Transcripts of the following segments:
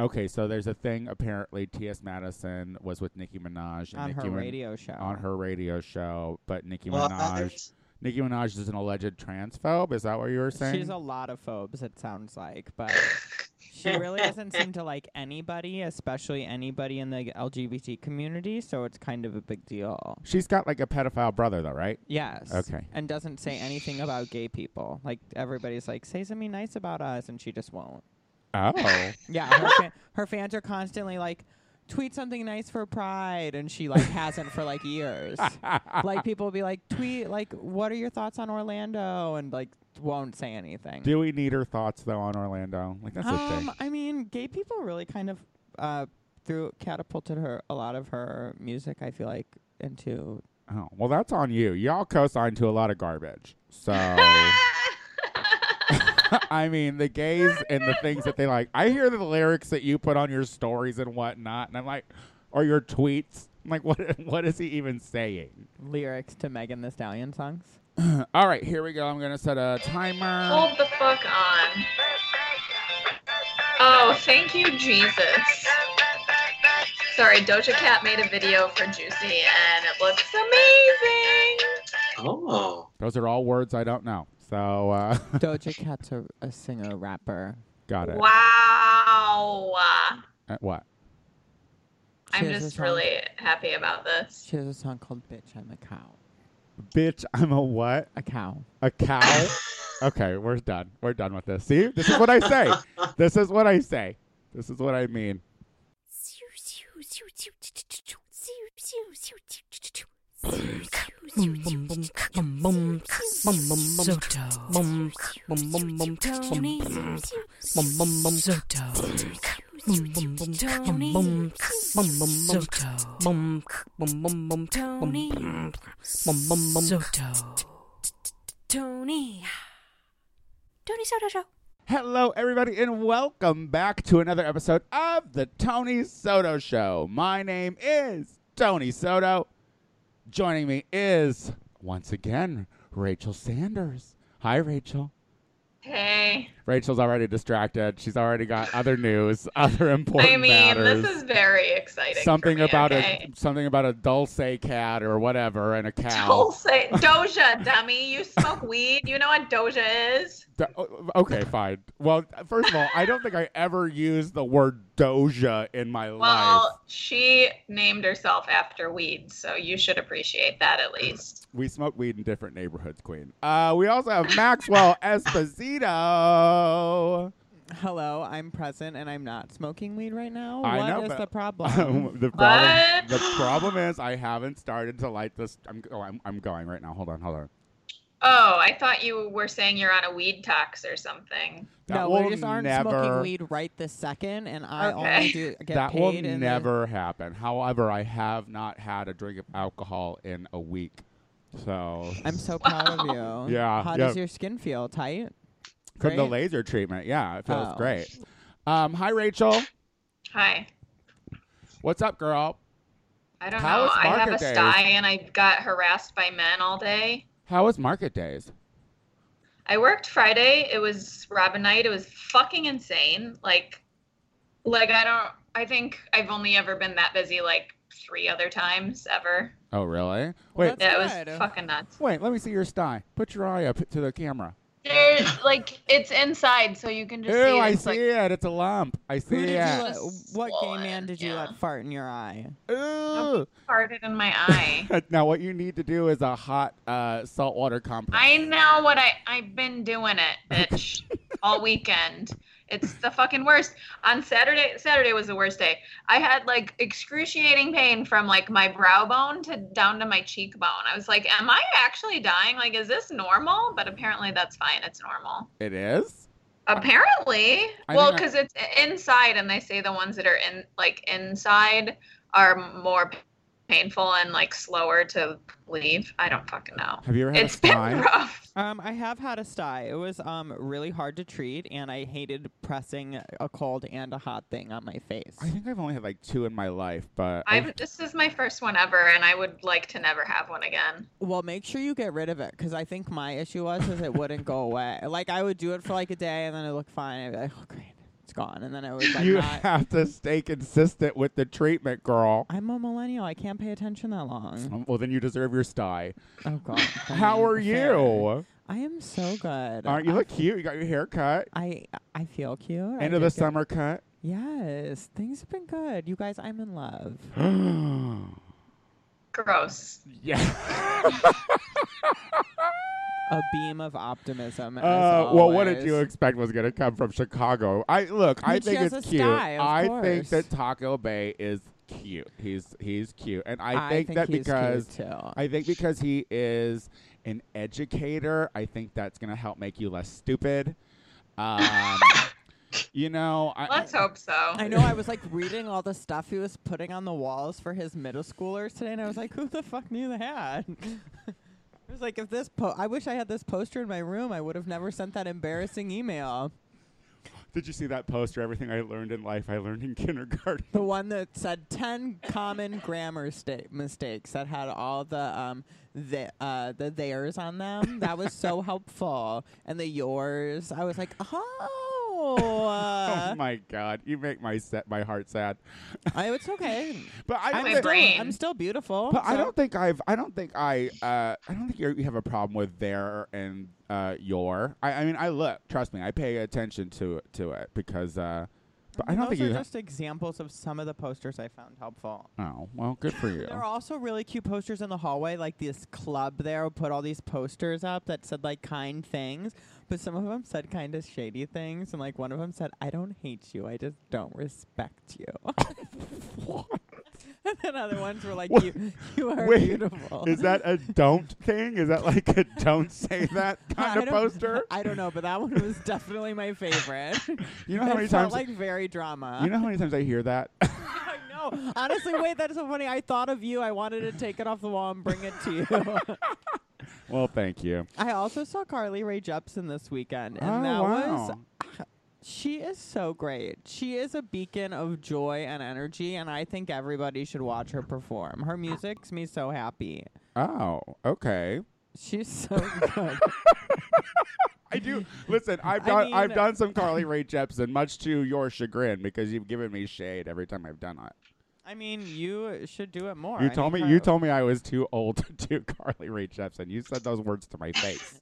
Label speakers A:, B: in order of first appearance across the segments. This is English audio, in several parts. A: Okay, so there's a thing apparently T.S. Madison was with Nicki Minaj and
B: on
A: Nicki
B: her
A: Min-
B: radio show.
A: on her radio show, but Nicki
C: Well,
A: Minaj
C: there's-
A: Nicki Minaj is an alleged transphobe. Is that what you were saying?
B: She's a lot of phobes, it sounds like, but she really doesn't seem to like anybody, especially anybody in the LGBT community, so it's kind of a big deal.
A: She's got like a pedophile brother though, right?
B: Yes.
A: Okay.
B: And doesn't say anything about gay people. Like everybody's like, say something nice about us, and she just won't.
A: Oh.
B: Yeah, her, fa- her fans are constantly like, tweet something nice for Pride, and she like hasn't for like years. like people will be like, tweet like, what are your thoughts on Orlando, and like won't say anything.
A: Do we need her thoughts though on Orlando? Like that's a thing.
B: um, I mean, gay people really kind of uh, threw catapulted her a lot of her music. I feel like into
A: Oh, well, that's on you. Y'all co-signed to a lot of garbage. So, I mean, the gays and the things that they like. I hear the lyrics that you put on your stories and whatnot, and I'm like, or your tweets. I'm like, what? What is he even saying?
B: lyrics to Megan the Stallion songs.
A: All right, here we go. I'm gonna set a timer.
D: Hold the fuck on. Oh, thank you, Jesus. Sorry, Doja Cat made a video for Juicy and it looks amazing.
C: Oh.
A: Those are all words I don't know. So, uh,
B: Doja Cat's a, a singer rapper.
A: got it.
D: Wow.
A: Uh, what?
D: I'm
B: She has a
D: just
B: song-
D: really happy about this.
B: She has a song called "Bitch I'm a Cow."
A: Bitch, I'm a what?
B: A cow.
A: A cow? okay, we're done. We're done with this. See, this is what I say. this is what I say. This is what I mean.
E: Tony. Tony Soto Show.
A: Hello, everybody, and welcome back to another episode of the Tony Soto Show. My name is Tony Soto. Joining me is, once again, Rachel Sanders. Hi, Rachel.
D: Hey.
A: Rachel's already distracted. She's already got other news, other important
D: I mean,
A: matters.
D: this is very exciting. for
A: something
D: me,
A: about
D: okay?
A: a something about a dulce cat or whatever and a cow.
D: Tulsa, Doja, dummy. You smoke weed. You know what Doja is?
A: Do- o- oh, okay, fine. Well, first of all, I don't think I ever used the word doja in my life.
D: Well, she named herself after weed, so you should appreciate that
A: Mm.
D: at least.
A: We smoke weed in different neighborhoods, Queen. Uh, we also have Maxwell Esposito.
B: Hello, I'm present and I'm not smoking weed right now. What
A: I
B: is
A: know, but-
B: the problem?
A: Um, the problem,
D: What?
A: the problem is I haven't started to light this. I'm, oh, I'm I'm going right now. Hold on, hold on.
D: Oh, I thought you were saying you're on a weed tox or something.
A: That
B: no,
A: will
B: we just aren't
A: never,
B: smoking weed right this second, and I
D: Okay.
B: only do get
A: that
B: paid.
A: will
B: in the-
A: never happen. However, I have not had a drink of alcohol in a week. So
B: I'm so proud of you.
A: Yeah,
B: How
A: yeah.
B: does your skin feel? Tight.
A: from the
B: Great.
A: laser treatment, yeah, it feels
B: Oh.
A: great. Um, hi Rachel,
D: Hi.
A: what's up, girl?
D: I don't
A: How
D: know.
A: is
D: I have
A: market
D: a
A: days?
D: sty and I got harassed by men all day.
A: How was market days?
D: I worked Friday. It was Robin night. It was fucking insane. Like, like I don't. I think I've only ever been that busy like three other times ever.
A: Oh, really? Wait,
B: that's-
D: Yeah, it
B: Good.
D: was fucking nuts.
A: wait. Let me see your sty. Put your eye up to the camera.
D: There, like it's inside, so you can just
A: Ew,
D: see. It.
A: I
D: It's
A: see
D: like
A: it. It's a lump. I
B: Who did
A: see it.
B: you let, what gay man did you
D: Yeah.
B: let fart in your eye?
A: Ooh.
D: farted in my eye.
A: Now, what you need to do is a hot uh, saltwater compress.
D: I know what I I've been doing it, bitch, all weekend. It's the fucking worst. On Saturday, Saturday was the worst day. I had like excruciating pain from like my brow bone to down to my cheekbone. I was like, "Am I actually dying? Like, is this normal?" But apparently, that's fine. It's normal.
A: It is.
D: Apparently,
A: I
D: well,
A: think I-
D: because it's inside, and they say the ones that are in like inside are more painful and like slower to leave. I don't fucking know.
A: Have you ever had
D: It's
A: a
D: been
A: sty?
D: rough.
B: Um, I have had a sty. It was um really hard to treat, and I hated pressing a cold and a hot thing on my face.
A: I think I've only had like two in my life, but
D: I've, this is my first one ever, and I would like to never have one again.
B: Well, make sure you get rid of it because I think my issue was is it wouldn't go away. Like I would do it for like a day and then it looked fine. I'd be like, oh great, It's gone. And then I was like,
A: you
B: not,
A: have to stay consistent with the treatment, girl.
B: I'm a millennial. I can't pay attention that long.
A: Um, Well, then you deserve your sty.
B: Oh God. I
A: How
B: mean,
A: are
B: fair.
A: you?
B: I am so good.
A: Aren't you
B: I,
A: look cute? You got your hair cut.
B: I I feel cute. I
A: End of
B: do
A: the
B: feel-
A: summer cut.
B: Yes, things have been good. You guys, I'm in love.
D: Gross.
A: yeah.
B: A beam of optimism. as
A: Uh, well, what did you
B: always.
A: expect was going to come from Chicago? I look. I
B: Which
A: think
B: has
A: it's
B: a
A: cute.
B: sty, of
A: I think
B: course.
A: that Taco Bay is cute. He's he's cute, and I, think, that
B: he's cute,
A: because
B: too.
A: I think because he is an educator, I think that's going to help make you less stupid. Um, you know, I,
D: Let's hope so.
B: I know I was like reading all the stuff he was putting on the walls for his middle schoolers today, and I was like, who the fuck knew that? I was like, if this po- I wish I had this poster in my room, I would have never sent that embarrassing email.
A: Did you see that poster? Everything I learned in life, I learned in kindergarten.
B: The one that said 10 common grammar sta- mistakes that had all the um the uh the theirs on them. That was so helpful. And the yours. I was like, "Oh."
A: oh
B: uh,
A: my god, you make my set my heart sad.
B: I, uh, it's okay.
A: But I don't
B: I'm
D: My
A: thi-
B: still,
D: brain.
B: I'm still beautiful.
A: But I
B: so-
A: don't think I've. I don't think I. Uh, I don't think you're- you have a problem with their and uh, your. I, I mean, I look. Trust me, I pay attention to it, to it because. Uh, but I don't
B: Those
A: think you.
B: are
A: ha-
B: just examples of some of the posters I found helpful.
A: oh well, good for you.
B: There are also really cute posters in the hallway, like this club there put all these posters up that said like kind things, but some of them said kind of shady things, and like one of them said, "I don't hate you, I just don't respect you." and then other ones were like,
A: What?
B: "You, you are
A: Wait,
B: beautiful."
A: Is that a don't thing? Is that like a don't say that
B: I
A: kind of
B: don't-
A: poster?
B: I don't know, but that one was definitely my favorite.
A: You know how
B: It
A: many
B: felt
A: times.
B: like very drama.
A: you know how many times I hear that.
B: I know. Honestly, wait, that is so funny. I thought of you. I wanted to take it off the wall and bring it to you.
A: well, thank you.
B: I also saw Carly Rae Jepsen this weekend, and
A: oh
B: that
A: wow.
B: was she is so great. She is a beacon of joy and energy, and I think everybody should watch her perform. Her music makes me so happy.
A: oh okay.
B: She's so good.
A: I do. Listen, I've
B: I
A: done
B: mean-
A: I've done some Carly Rae Jepsen, much to your chagrin, because you've given me shade every time I've done it.
B: I mean, you should do it more.
A: You
B: I
A: told me
B: mean,
A: you
B: her-
A: told me I was too old to do Carly Rae Jepsen. You said those words to my face.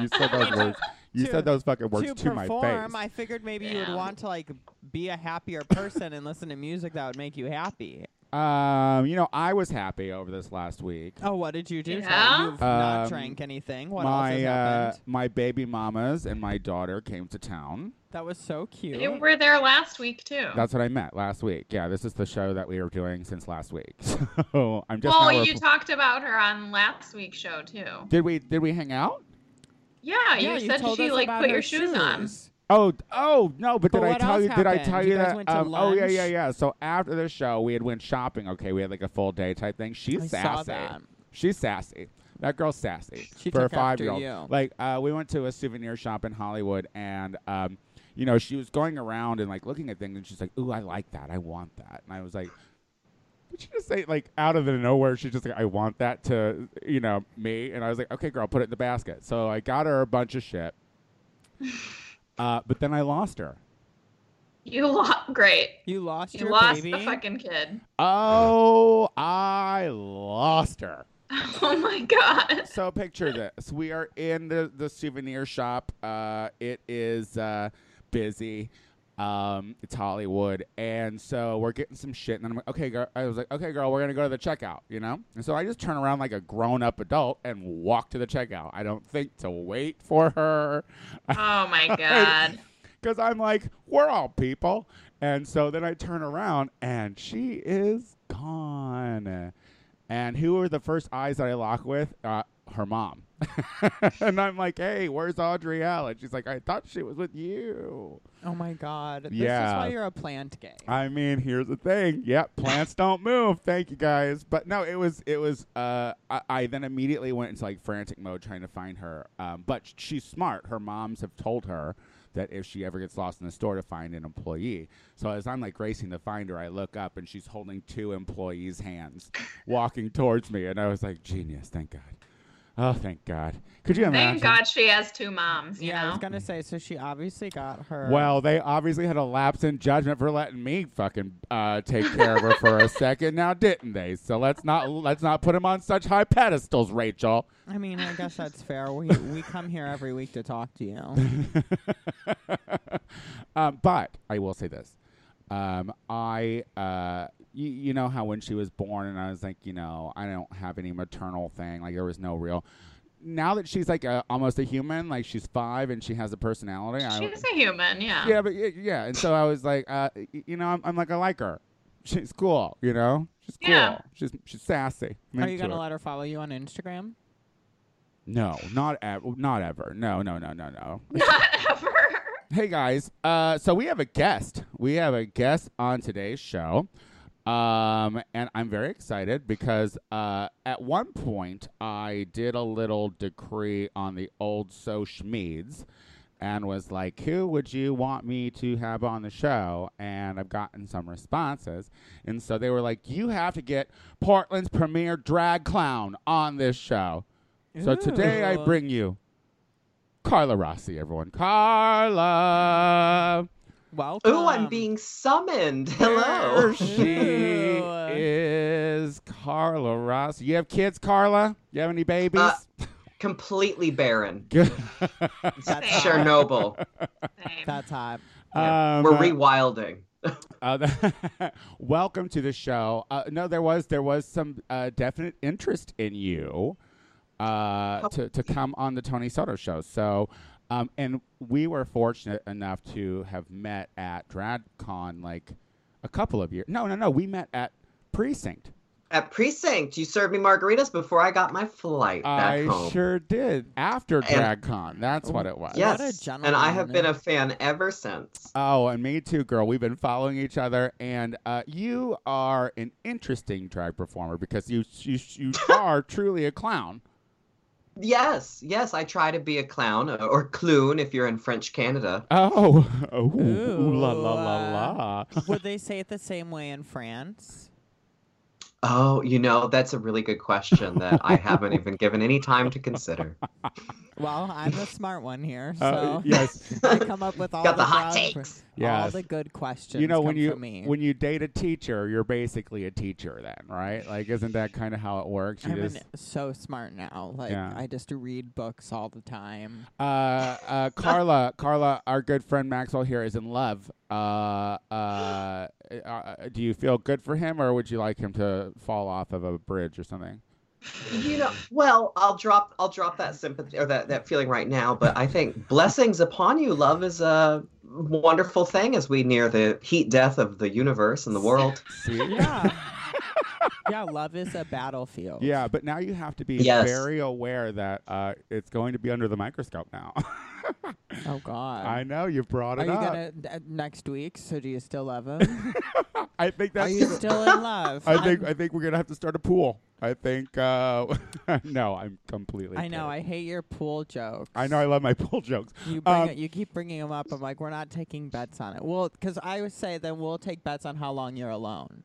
A: you said those words. You
B: To-
A: said those fucking words
B: to,
A: to, my
B: perform.
A: face.
B: I figured maybe you would
D: Damn.
B: want to like be a happier person and listen to music that would make you happy.
A: um, you know, I was happy over this last week.
B: Oh, what did you do? Sally?
D: Yeah?
B: You've not
A: Um,
B: drank anything. What else
A: my
B: has
A: uh,
B: happened?
A: my baby mamas and my daughter came to town.
B: That was so cute.
D: You were there last week too.
A: That's what I meant last week. Yeah, this is the show that we were doing since last week. So I'm just now
D: well, you
A: ref-
D: talked about her on last week's show too.
A: did we did we hang out?
D: Yeah,
B: yeah,
D: you said
B: told
D: she
B: us
D: like
B: about
D: put
B: her
D: your shoes, on.
A: Oh, d- oh no! But,
B: But
A: did I
B: what
A: tell
B: else
A: you? Did I tell
B: happened?
A: you,
B: You guys
A: that?
B: went to
A: um, oh yeah,
B: lunch?
A: yeah, yeah. So after the show, we had went shopping. Okay, we had like a full day type thing. She's
B: I
A: sassy.
B: saw that.
A: She's sassy. That girl's sassy
B: She
A: for a
B: took after
A: five-year-old.
B: you.
A: Like uh, we went to a souvenir shop in Hollywood, and um, you know she was going around and like looking at things, and she's like, "Ooh, I like that. I want that." And I was like. Did she just say like out of the nowhere? She's just like, I want that to you know me, and I was like, okay, girl, put it in the basket. So I got her a bunch of shit, uh, but then I lost her.
D: You lost. Great.
B: You lost
D: You
B: your
D: lost
B: baby.
D: the fucking kid.
A: Oh, I lost her.
D: Oh my god.
A: So picture this: we are in the the souvenir shop. Uh, it is uh, busy. Um, it's Hollywood, and so we're getting some shit. And then I'm like, okay, girl. I was like, okay, girl, we're gonna go to the checkout, you know. And so I just turn around like a grown up adult and walk to the checkout. I don't think to wait for her.
D: Oh my god.
A: because I'm like, we're all people. And so then I turn around and she is gone. And who are the first eyes that I lock with? Uh, her mom. and I'm like, hey, where's Audrey Allen? She's like, I thought she was with you.
B: Oh my god. This is
A: Yeah.
B: why you're a plant gay.
A: I mean, here's the thing. Yep, plants don't move. Thank you guys. But no, it was it was. Uh, I, I then immediately went into like frantic mode trying to find her. Um, but sh- she's smart. Her moms have told her that if she ever gets lost in the store, to find an employee. So as I'm like racing to find her, I look up and she's holding two employees' hands, walking towards me, and I was like, genius. Thank God. Oh, thank God. Could you imagine?
D: Thank God she has two moms. You
B: yeah, I was
D: know.
B: gonna say. So she obviously got her.
A: Well, they obviously had a lapse in judgment for letting me fucking uh, take care of her for a second, now didn't they? So let's not let's not put him on such high pedestals, Rachel.
B: I mean, I guess that's fair. We we come here every week to talk to you.
A: um, but I will say this: um, I, uh, you, you know how when she was born, and I was like, you know, I don't have any maternal thing. Like there was no real. Now that she's like a, almost a human, like she's five and she has a personality. I,
D: She's a human. Yeah.
A: yeah, but yeah, yeah. And so I was like, uh, y- you know, I'm, I'm like, I like her. She's cool, you know. She's cool.
D: Yeah.
A: She's she's sassy. I'm
B: Are you
A: into
B: gonna
A: it.
B: let her follow you on Instagram?
A: No, not ever. Not ever. No, no, no, no, no.
D: Not ever.
A: Hey guys, uh, so we have a guest. We have a guest on today's show, um, and I'm very excited because uh, at one point I did a little decree on the old social meds and was like, "Who would you want me to have on the show?" And I've gotten some responses, and so they were like, "You have to get Portland's premier drag clown on this show." So today I
B: Ooh.
A: bring you Carla Rossi, everyone. Carla.
B: Welcome.
C: Oh, I'm being summoned.
A: There
C: Hello.
A: she
B: Ooh.
A: is Carla Rossi. You have kids, Carla? You have any babies?
C: Uh, Completely barren.
A: Good.
B: That's
D: Same.
B: hot.
C: Chernobyl.
D: Same.
B: That's hot.
C: Yeah.
A: Um,
C: We're rewilding.
A: uh, the- welcome to the show. Uh, no, there was there was some uh, definite interest in you uh, to to come on the Tony Soto show. So, um, and we were fortunate enough to have met at DradCon like a couple of years. No, no, no. We met at Precinct.
C: At precinct, you served me margaritas before I got my flight back
A: I
C: home.
A: sure did after
C: And-
A: DragCon. That's what it was.
C: yes.
B: What a
C: and I have been
B: gentleman.
C: a fan ever since.
A: Oh, and me too, girl. We've been following each other, and uh, you are an interesting drag performer because you you you are truly a clown.
C: Yes, yes, I try to be a clown uh, or clown if you're in French Canada.
A: Oh, oh,
B: Ooh, uh,
A: la la la la.
B: Would they say it the same way in France?
C: Oh, you know, that's a really good question that I haven't even given any time to consider.
B: Well, I'm the smart one here, so
A: Uh, yes,
B: I come up with all
C: Got
B: the
C: the hot
B: broad-
C: takes.
B: all
A: Yes.
B: the good questions.
A: you know when
B: come
A: you
B: from me.
A: when you date a teacher, you're basically a teacher then, right? Like, isn't that kind of how it works? You
B: I'm
A: just
B: an- so smart now. Like
A: Yeah.
B: I just read books all the time.
A: uh, uh, Carla, Carla, our good friend Maxwell here is in love. Uh, uh, uh, do you feel good for him, or would you like him to fall off of a bridge or something?
C: You know, well, I'll drop I'll drop that sympathy or that, that feeling right now, but I think blessings upon you, love is a wonderful thing as we near the heat death of the universe and the world.
A: See?
B: Yeah. yeah, love is a battlefield.
A: Yeah, but now you have to be
C: Yes.
A: very aware that uh, it's going to be under the microscope now.
B: Oh God.
A: I know you brought
B: Are
A: it
B: you
A: up.
B: gonna uh, next week? So do you still love him?
A: I think
B: Are
A: that's.
B: you still in love?
A: I think
B: I'm-
A: I think we're gonna have to start a pool. I think. Uh, no, I'm completely.
B: I know.
A: kidding.
B: I hate your pool jokes.
A: I know. I love my pool jokes.
B: You bring
A: Um,
B: it, you keep bringing them up. I'm like, we're not taking bets on it. Well, because I would say then we'll take bets on how long you're alone.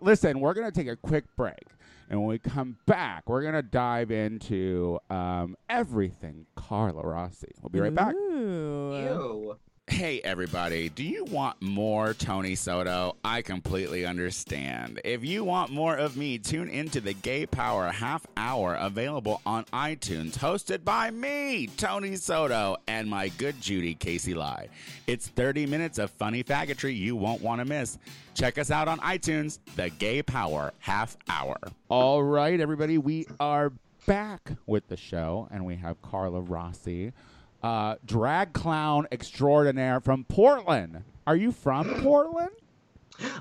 A: Listen, we're going to take a quick break. And when we come back, we're going to dive into um, everything Carla Rossi. We'll
B: Mm-hmm.
A: be right back.
B: Ooh.
C: Ew.
A: Hey, everybody, do you want more Tony Soto? I completely understand. If you want more of me, tune into the Gay Power half hour available on iTunes, hosted by me, Tony Soto, and my good Judy, Casey Lai. It's 30 minutes of funny faggotry you won't want to miss. Check us out on iTunes, the Gay Power half hour. All right, everybody, we are back with the show, and we have Carla Rossi uh, drag clown extraordinaire from Portland. Are you from Portland?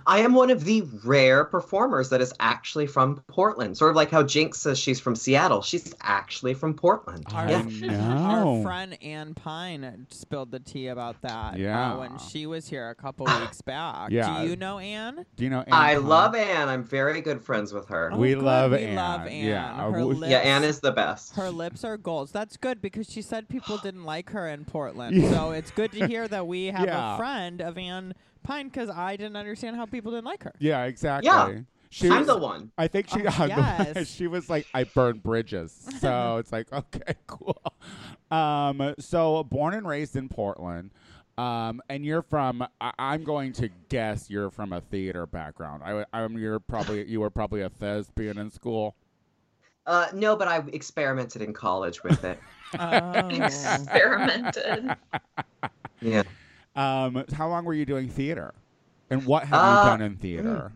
C: I am one of the rare performers that is actually from Portland. Sort of like how Jinx says she's from Seattle. She's actually from Portland.
A: I
C: yeah.
A: know.
B: Our friend Anne Pine spilled the tea about that uh,
A: Yeah.
B: when she was here a couple weeks back.
A: Yeah.
B: Do you know Anne?
A: Do you know? Anne
C: I
A: Pine?
C: love Anne. I'm very good friends with her.
B: Oh,
A: We
B: good,
A: love
B: we
A: Anne.
B: love
A: Yeah, uh,
B: Anne. Her
A: we-
B: lips,
C: yeah, Anne is the best.
B: her lips are gold. That's good because she said people didn't like her in Portland.
A: Yeah.
B: So it's good to hear that we have
A: Yeah.
B: a friend of Anne Pine because I didn't understand how people didn't like her.
A: Yeah, exactly. She
C: I'm
A: was-
C: the one.
A: I think she
B: Oh,
A: I'm the-
B: yes.
A: she was like I burn bridges. So it's like okay, cool. Um so born and raised in Portland. Um and you're from I, I'm going to guess you're from a theater background. I am you're probably you were probably a fez being in school.
C: Uh, no, but I experimented in college with it.
B: Oh.
D: Experimented.
C: Yeah.
A: Um how long were you doing theater? And what have
C: Uh,
A: you done in theater?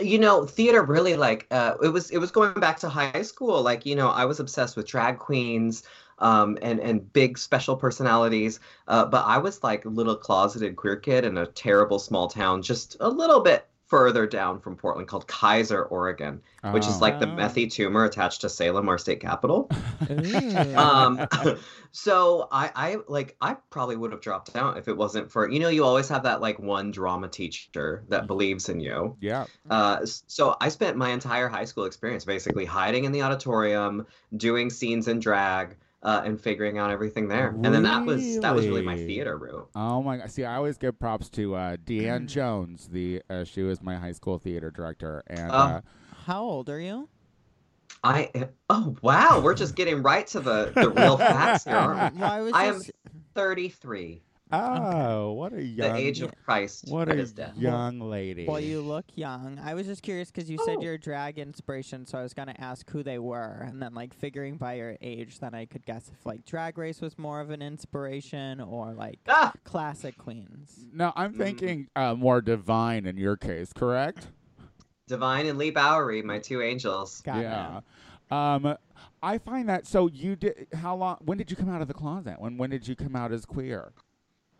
C: you know theater really like uh, it was it was going back to high school like you know i was obsessed with drag queens um, and and big special personalities uh, but i was like a little closeted queer kid in a terrible small town just a little bit further down from portland called kaiser oregon which
A: Oh.
C: is like the
B: Oh.
C: methy tumor attached to salem our state capital
B: Ooh.
C: um so i i like i probably would have dropped out if it wasn't for you know you always have that like one drama teacher that believes in you
A: Yeah.
C: uh, s- so I spent my entire high school experience basically hiding in the auditorium, doing scenes in drag, uh, and figuring out everything there. And then that was that was really my
A: Really?
C: theater route.
A: Oh my god! See, I always give props to uh, Deanne
C: Mm.
A: Jones. The uh, she was my high school theater director, and
C: Oh.
A: uh,
B: How old are you?
C: I oh wow, we're just getting right to the the real facts here. aren't we?
B: Well, I was
C: I am
B: just-
C: Thirty three,
A: oh, what a
C: the
A: young
C: age of Christ.
A: What
C: at
A: a
C: his death.
A: young lady.
B: Well, you look young. I was just curious because you said
C: Oh.
B: your drag inspiration, so I was gonna ask who they were, and then like figuring by your age, then I could guess if like Drag Race was more of an inspiration or like
C: Ah,
B: classic queens.
A: No, I'm
C: Mm.
A: thinking uh, more divine in your case, correct?
C: Divine and Lee Bowery, my two angels.
B: Got
A: yeah. Um, I find that so. You did how long? When did you come out of the closet? When when did you come out as queer?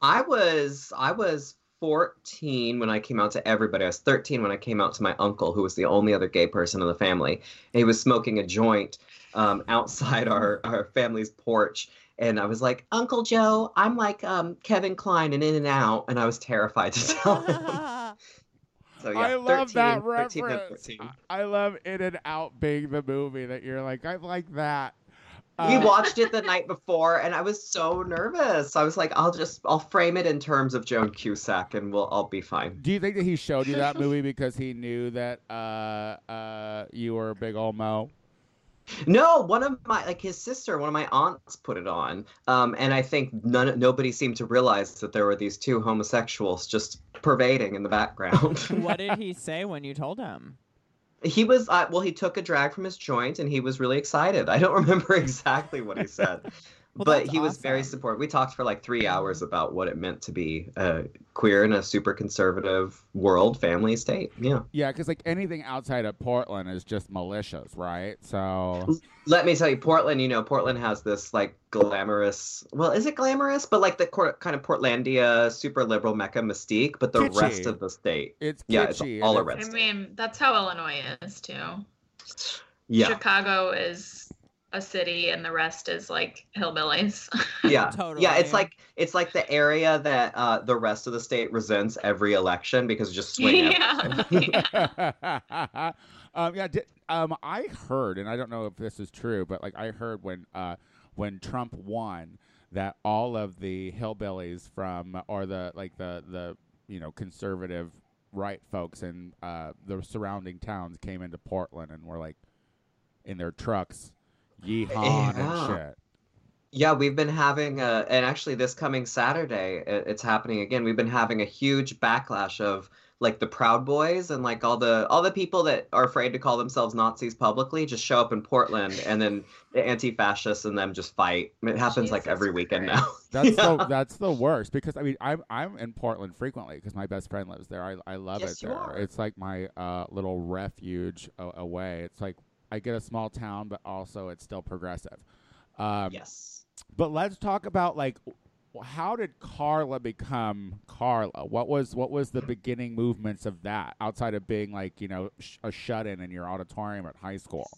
C: I was I was 14 when I came out to everybody. I was 13 when I came out to my uncle, who was the only other gay person in the family. He was smoking a joint um, outside our our family's porch, and I was like, Uncle Joe, I'm like um, Kevin Klein and In and Out, and I was terrified to tell him. So Oh, yeah,
A: I love
C: 13,
A: that
C: 13 and
A: reference.
C: 14.
A: I I love In and Out being the movie that you're like. I like that.
C: we
A: Uh,
C: watched it the night before, and I was so nervous. I was like, "I'll just, I'll frame it in terms of Joan Cusack, and we'll, I'll be fine."
A: Do you think that he showed you that movie because he knew that uh, uh, you were a big old mo?
C: No, one of my like his sister, one of my aunts put it on, um, and I think none nobody seemed to realize that there were these two homosexuals just pervading in the background.
B: what did he say when you told him?
C: he was uh, well, he took a drag from his joint, and he was really excited. I don't remember exactly what he said,
B: Well,
C: but
B: that's
C: he was very
B: awesome.
C: supportive. We talked for like three hours about what it meant to be uh, queer in a super conservative world, family, state. Yeah.
A: Yeah, because like anything outside of Portland is just malicious, right? So
C: let me tell you, Portland, you know, Portland has this like glamorous, well, is it glamorous? But like the cor- kind of Portlandia super liberal mecca mystique, but the
A: Kitschy.
C: rest of the state.
A: it's
C: Yeah, it's
A: kitschy.
C: all
A: and
D: I
C: arrested.
D: mean, that's how Illinois is too.
C: Yeah.
D: Chicago is a city, and the rest is like hillbillies.
C: Yeah.
B: Totally.
C: Yeah. It's like, it's like the area that uh, the rest of the state resents every election because it just swing yeah.
D: yeah.
A: um, yeah, di- um, I heard, and I don't know if this is true, but like I heard when uh, when Trump won, that all of the hillbillies from or the like the the you know conservative right folks in uh, the surrounding towns came into Portland and were like in their trucks, yeehaw
C: Yeah.
A: and shit.
C: Yeah, we've been having, uh, and actually this coming Saturday, i- it's happening again. We've been having a huge backlash of like the Proud Boys and like all the all the people that are afraid to call themselves Nazis publicly just show up in Portland, and then the anti-fascists and them just fight. It happens like
D: Jesus
C: every weekend
D: Christ.
C: now.
A: That's
C: Yeah.
A: the that's the worst because I mean I'm I'm in Portland frequently because my best friend lives there. I I love
C: Yes,
A: it
C: you
A: there.
C: are.
A: It's like my uh, little refuge a- away. It's like I get a small town, but also it's still progressive. Um,
C: Yes.
A: But let's talk about like w- how did Carla become Carla? What was what was the beginning movements of that outside of being like you know sh- a shut in in your auditorium at high school?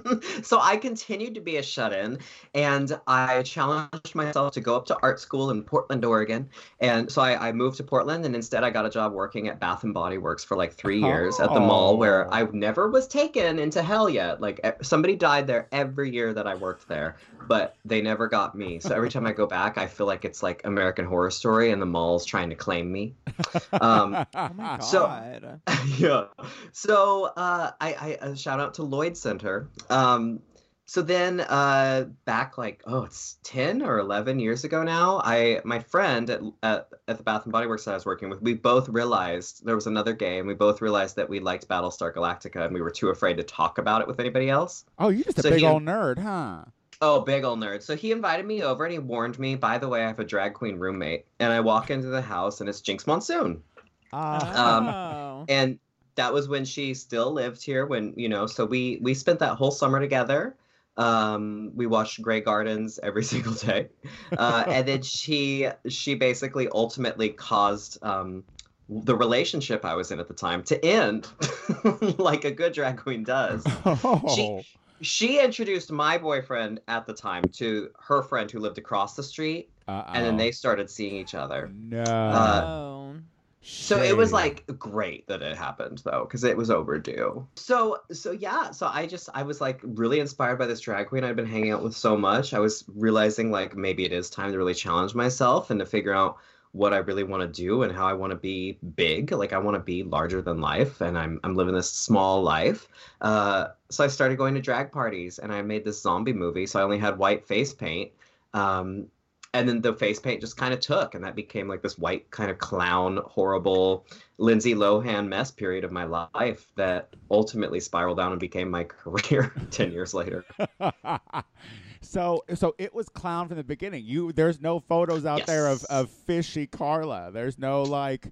C: so I continued to be a shut in, and I challenged myself to go up to art school in Portland, Oregon. And so I, I moved to Portland, and instead I got a job working at Bath and Body Works for like three years at the mall, where I never was taken into hell yet. Like e- somebody died there every year that I worked there, but they never got me. So every time I go back, I feel like it's like American Horror Story, and the mall's trying to claim me. Um,
B: Oh my god.
C: So- yeah. So uh, I, I uh, shout out to Lloyd Center. Um, so then uh, back like oh it's ten or eleven years ago now. I my friend at, at at the Bath and Body Works that I was working with, we both realized there was another gay, and we both realized that we liked Battlestar Galactica, and we were too afraid to talk about it with anybody else.
A: Oh, you're just a
C: So
A: big
C: he-
A: old nerd, huh?
C: Oh, big ol' nerd. So he invited me over and he warned me, by the way, I have a drag queen roommate. And I walk into the house and it's Jinx Monsoon.
B: oh.
C: um, and that was when she still lived here when you know so we we spent that whole summer together um we watched gray gardens every single day uh and then she she basically ultimately caused um the relationship i was in at the time to end like a good drag queen does
A: oh.
C: She- she introduced my boyfriend at the time to her friend who lived across the street and
A: Oh.
C: then they started seeing each other
A: No.
C: uh,
B: oh.
C: so it was
A: Shade.
C: like great that it happened though, because it was overdue. So so yeah, so I just I was like really inspired by this drag queen I'd been hanging out with so much. I was realizing like maybe it is time to really challenge myself and to figure out what I really want to do and how I want to be big. Like I want to be larger than life, and I'm I'm living this small life. Uh, so I started going to drag parties, and I made this zombie movie. So I only had white face paint. Um, and then the face paint just kind of took and that became like this white kind of clown horrible lindsay lohan mess period of my life that ultimately spiraled down and became my career 10 years later
A: so so it was clown from the beginning. You there's no photos out there of,
C: Yes.
A: of fishy Carla. There's no like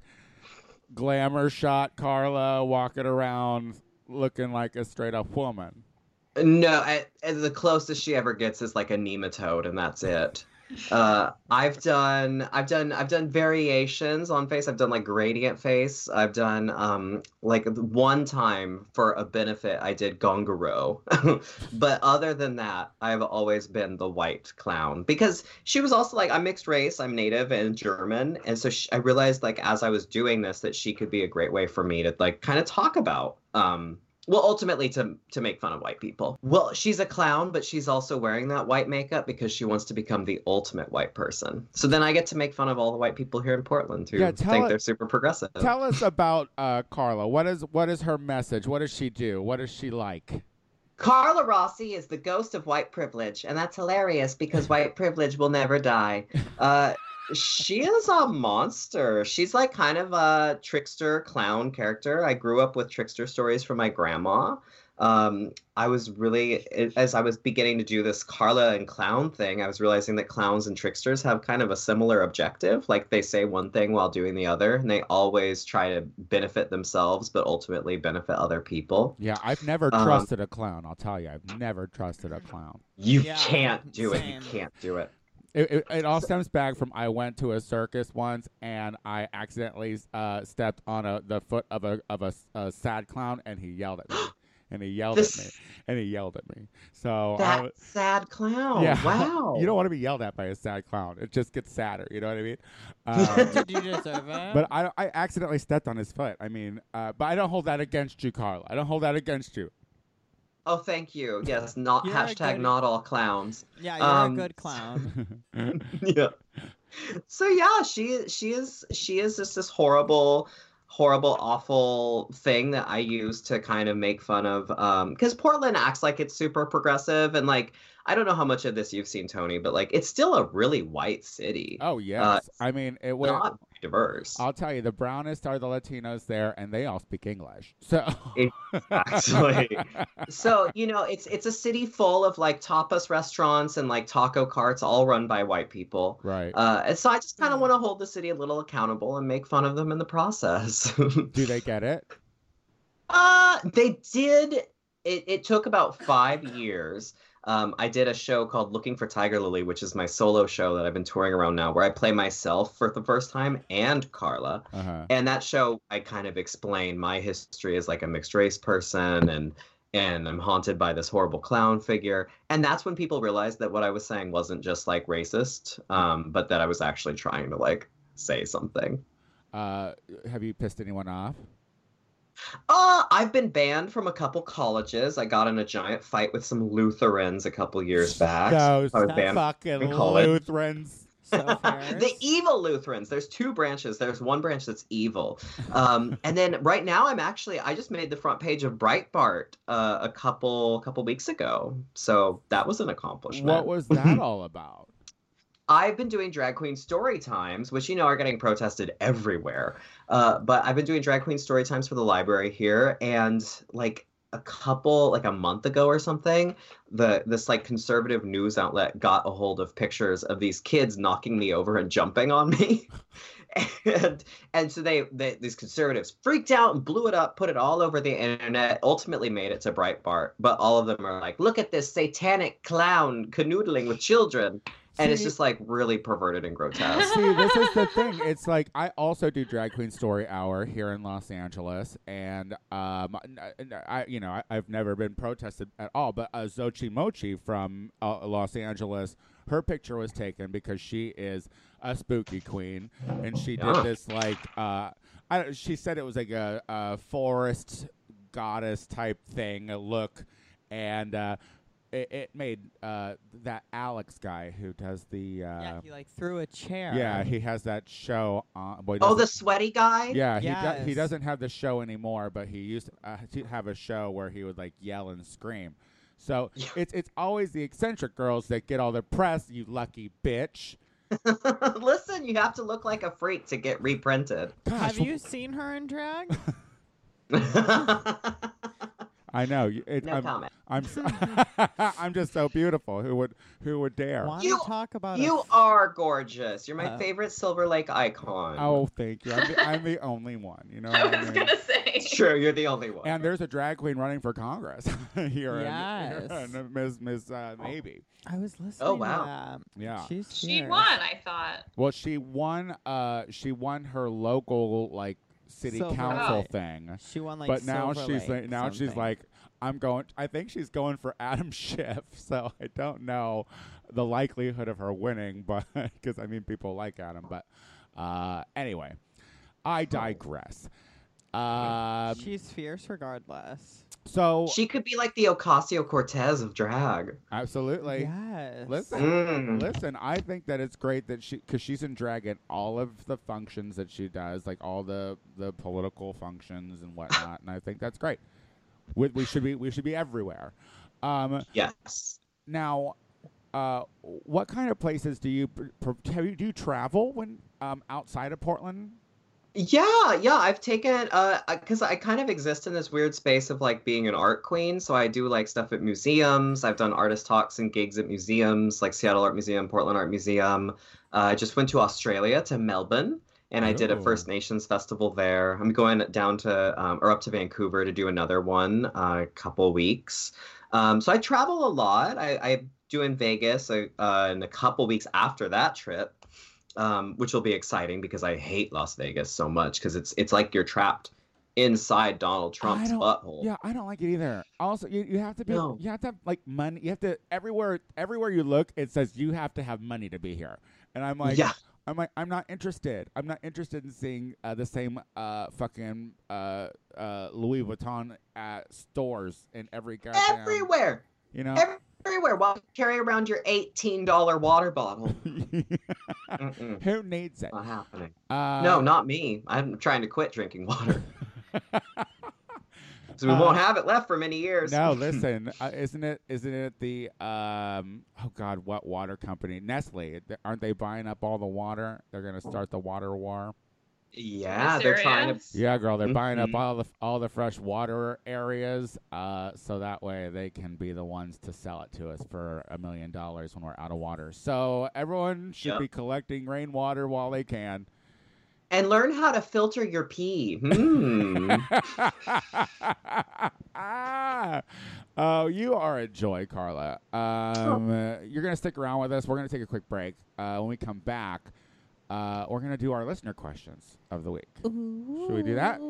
A: glamour shot Carla walking around looking like a straight up woman.
C: no I, and the closest she ever gets is like a nematode and that's it uh, I've done, I've done, I've done variations on face. I've done like gradient face. I've done um like one time for a benefit I did Gongoro, but other than that, I've always been the white clown because she was also like I'm mixed race. I'm Native and German, and so she, I realized like as I was doing this that she could be a great way for me to like kind of talk about um. Well, ultimately, to to make fun of white people. Well, she's a clown, but she's also wearing that white makeup because she wants to become the ultimate white person. So then I get to make fun of all the white people here in Portland who
A: Yeah, tell
C: think
A: it-
C: they're super progressive.
A: Tell us about uh, Carla. What is what is her message? What does she do? What is she like?
C: Carla Rossi is the ghost of white privilege, and that's hilarious because white privilege will never die. Uh, she is a monster. She's like kind of a trickster clown character. I grew up with trickster stories from my grandma. Um, I was really, as I was beginning to do this Carla and clown thing, I was realizing that clowns and tricksters have kind of a similar objective. Like they say one thing while doing the other, and they always try to benefit themselves, but ultimately benefit other people.
A: Yeah, I've never
C: Um,
A: trusted a clown. I'll tell you, I've never trusted a clown.
C: You
B: Yeah,
C: can't do it.
B: same.
C: You can't do it.
A: It, it, it all stems back from I went to a circus once and I accidentally uh, stepped on a, the foot of a of a, a sad clown and he yelled at me and he yelled at me
C: This-
A: and he yelled at me. So I
C: That Oh.
A: was-
C: sad clown.
A: yeah,
C: Wow.
A: you don't want to be yelled at by a sad clown. It just gets sadder. You know what I mean? Um,
B: Did you deserve it?
A: but I I accidentally stepped on his foot. I mean, uh, but I don't hold that against you, Carla. I don't hold that against you.
C: oh, thank you. Yes. Not
B: You're a
C: hashtag.
B: good-
C: Not all clowns.
B: yeah, you're
C: um,
B: a good clown.
C: yeah. So yeah, she she is she is just this horrible, horrible, awful thing that I use to kind of make fun of. Because Portland acts like it's super progressive, and like I don't know how much of this you've seen, Tony, but like it's still a really white city,
A: oh yes, I mean it was.
C: Uh, not very diverse.
A: I'll tell you, the brownest are the Latinos there, and they all speak English. So
C: Exactly. so you know it's it's a city full of like tapas restaurants and like taco carts all run by white people
A: right.
C: uh, and so i just kind of
B: Hmm.
C: want to hold the city a little accountable and make fun of them in the process
A: Do they get it?
C: uh they did it, it took about five years um, I did a show called Looking for Tiger Lily, which is my solo show that I've been touring around now, where I play myself for the first time and Carla.
A: Uh-huh.
C: and that show i kind of explain my history as like a mixed race person and and I'm haunted by this horrible clown figure. And that's when people realized that what I was saying wasn't just like racist, um, but that I was actually trying to like say something.
A: Uh, have you pissed anyone off?
C: Uh, I've been banned from a couple colleges. I got in a giant fight with some Lutherans a couple years back.
A: Those
C: I was banned.
A: fucking
C: in college.
A: Lutherans.
B: So
C: the e- evil Lutherans. There's two branches. There's one branch that's evil. Um, and then right now, I'm actually I just made the front page of Breitbart uh, a couple couple weeks ago. So that was an accomplishment.
A: What was that all about?
C: I've been doing drag queen story times, which you know are getting protested everywhere. Uh, but I've been doing drag queen story times for the library here, and like a couple, like a month ago or something, the this like conservative news outlet got a hold of pictures of these kids knocking me over and jumping on me. And and so they, they these conservatives freaked out and blew it up, put it all over the internet. Ultimately, made it to Breitbart, but all of them are like, "Look at this satanic clown canoodling with children." and it's
A: See-
C: just like really perverted and grotesque.
A: See, this is the thing. It's like I also do drag queen story hour here in Los Angeles, and um, n- n- I, you know, I, I've never been protested at all. But uh, Zochi Mochi from uh, Los Angeles, her picture was taken because she is a spooky queen, and she
C: Yeah.
A: did this like, uh, I, don't- she said it was like a, a forest goddess type thing, a look, and. Uh, it, it made uh, that Alex guy who does the uh,
B: yeah, he like threw a chair.
A: yeah, he has that show on. Boy,
C: oh,
A: doesn't-
C: the sweaty guy.
A: Yeah, he do- he
B: Yes.
A: doesn't have the show anymore, but he used uh, to have a show where he would like yell and scream. So
C: Yeah.
A: it's it's always the eccentric girls that get all the press. You lucky bitch.
C: Listen, you have to look like a freak to get reprinted.
A: Gosh,
B: Have you seen her in drag?
C: no
A: I know. you- It, I'm
C: comment.
A: I'm, so, I'm just so beautiful. Who would who would dare?
B: Want
C: You-
B: to talk about
C: You
B: a
C: are gorgeous. You're my
B: Uh,
C: favorite Silver Lake icon.
A: Oh, thank you. I'm the, I'm the only one. You know.
D: I
A: what I
D: was
C: Um,
A: mean?
D: gonna say.
C: sure, you're the only one.
A: And there's a drag queen running for Congress here. in-
B: Yes. Oh.
A: in Miss Miss uh, Maybe.
B: I was listening.
C: Oh, wow.
B: To that.
A: Yeah.
B: She's
D: She
B: fierce.
D: won, I thought.
A: Well, she won. Uh, she won her local like city
B: Silver
A: council
B: Lake.
A: thing.
B: She won like.
A: but now
B: Silver
A: she's
B: Lake
A: like, now she's
B: something.
A: like, I'm going. I think she's going for Adam Schiff. So I don't know the likelihood of her winning, but because I mean people like Adam. But uh, anyway, I digress. Um,
B: she's fierce regardless.
A: so
C: she could be like the Ocasio Cortez of drag.
A: absolutely.
B: yes.
A: Listen,
C: Mm.
A: Listen, I think that it's great that she, because she's in drag at all of the functions that she does, like all the the political functions and whatnot, and I think that's great. We, we should be we should be everywhere. Um,
C: Yes.
A: now, uh, what kind of places do you pr- pr- have you do you travel when um, outside of Portland?
C: Yeah, yeah. I've taken uh, because I kind of exist in this weird space of like being an art queen. So I do like stuff at museums. I've done artist talks and gigs at museums, like Seattle Art Museum, Portland Art Museum. Uh, I just went to Australia to Melbourne, and I did
A: Oh.
C: a First Nations festival there. I'm going down to um, or up to Vancouver to do another one uh, a couple weeks. Um, so I travel a lot. I, I do in Vegas uh, uh, in a couple weeks after that trip um, which will be exciting because I hate Las Vegas so much because it's it's like you're trapped inside Donald Trump's
A: don't-
C: butthole.
A: Yeah, I don't like it either. Also, you, you have to be
C: No.
A: you have to have like money. You have to everywhere everywhere you look, it says you have to have money to be here, and I'm like.
C: yeah,
A: I'm like, I'm not interested. I'm not interested in seeing uh, the same uh, fucking uh, uh, Louis Vuitton uh, stores in every goddamn.
C: everywhere,
A: You know.
C: everywhere. Why carry around your eighteen dollar water bottle? Mm-mm,
A: Who needs it?
C: not happening.
A: Uh,
C: Uh-huh. no, not me. I'm trying to quit drinking water. so we
A: Uh,
C: won't have it left for many years.
A: No, listen. Uh, isn't it? Isn't it the? Um, oh God, what water company? Nestle. Th- Aren't they buying up all the water? They're gonna start the water war.
C: Yeah, they're trying to.
D: serious?
A: Yeah, girl. They're buying up
C: Mhm.
A: all the all the fresh water areas, uh, so that way they can be the ones to sell it to us for a million dollars when we're out of water. So everyone should
C: Yep.
A: be collecting rainwater while they can.
C: And learn how to filter your pee. Hmm.
A: oh, you are a joy, Carla. Um, uh, You're going to stick around with us. We're going to take a quick break. Uh, when we come back, uh, we're going to do our listener questions of the week.
B: Should
A: we do that?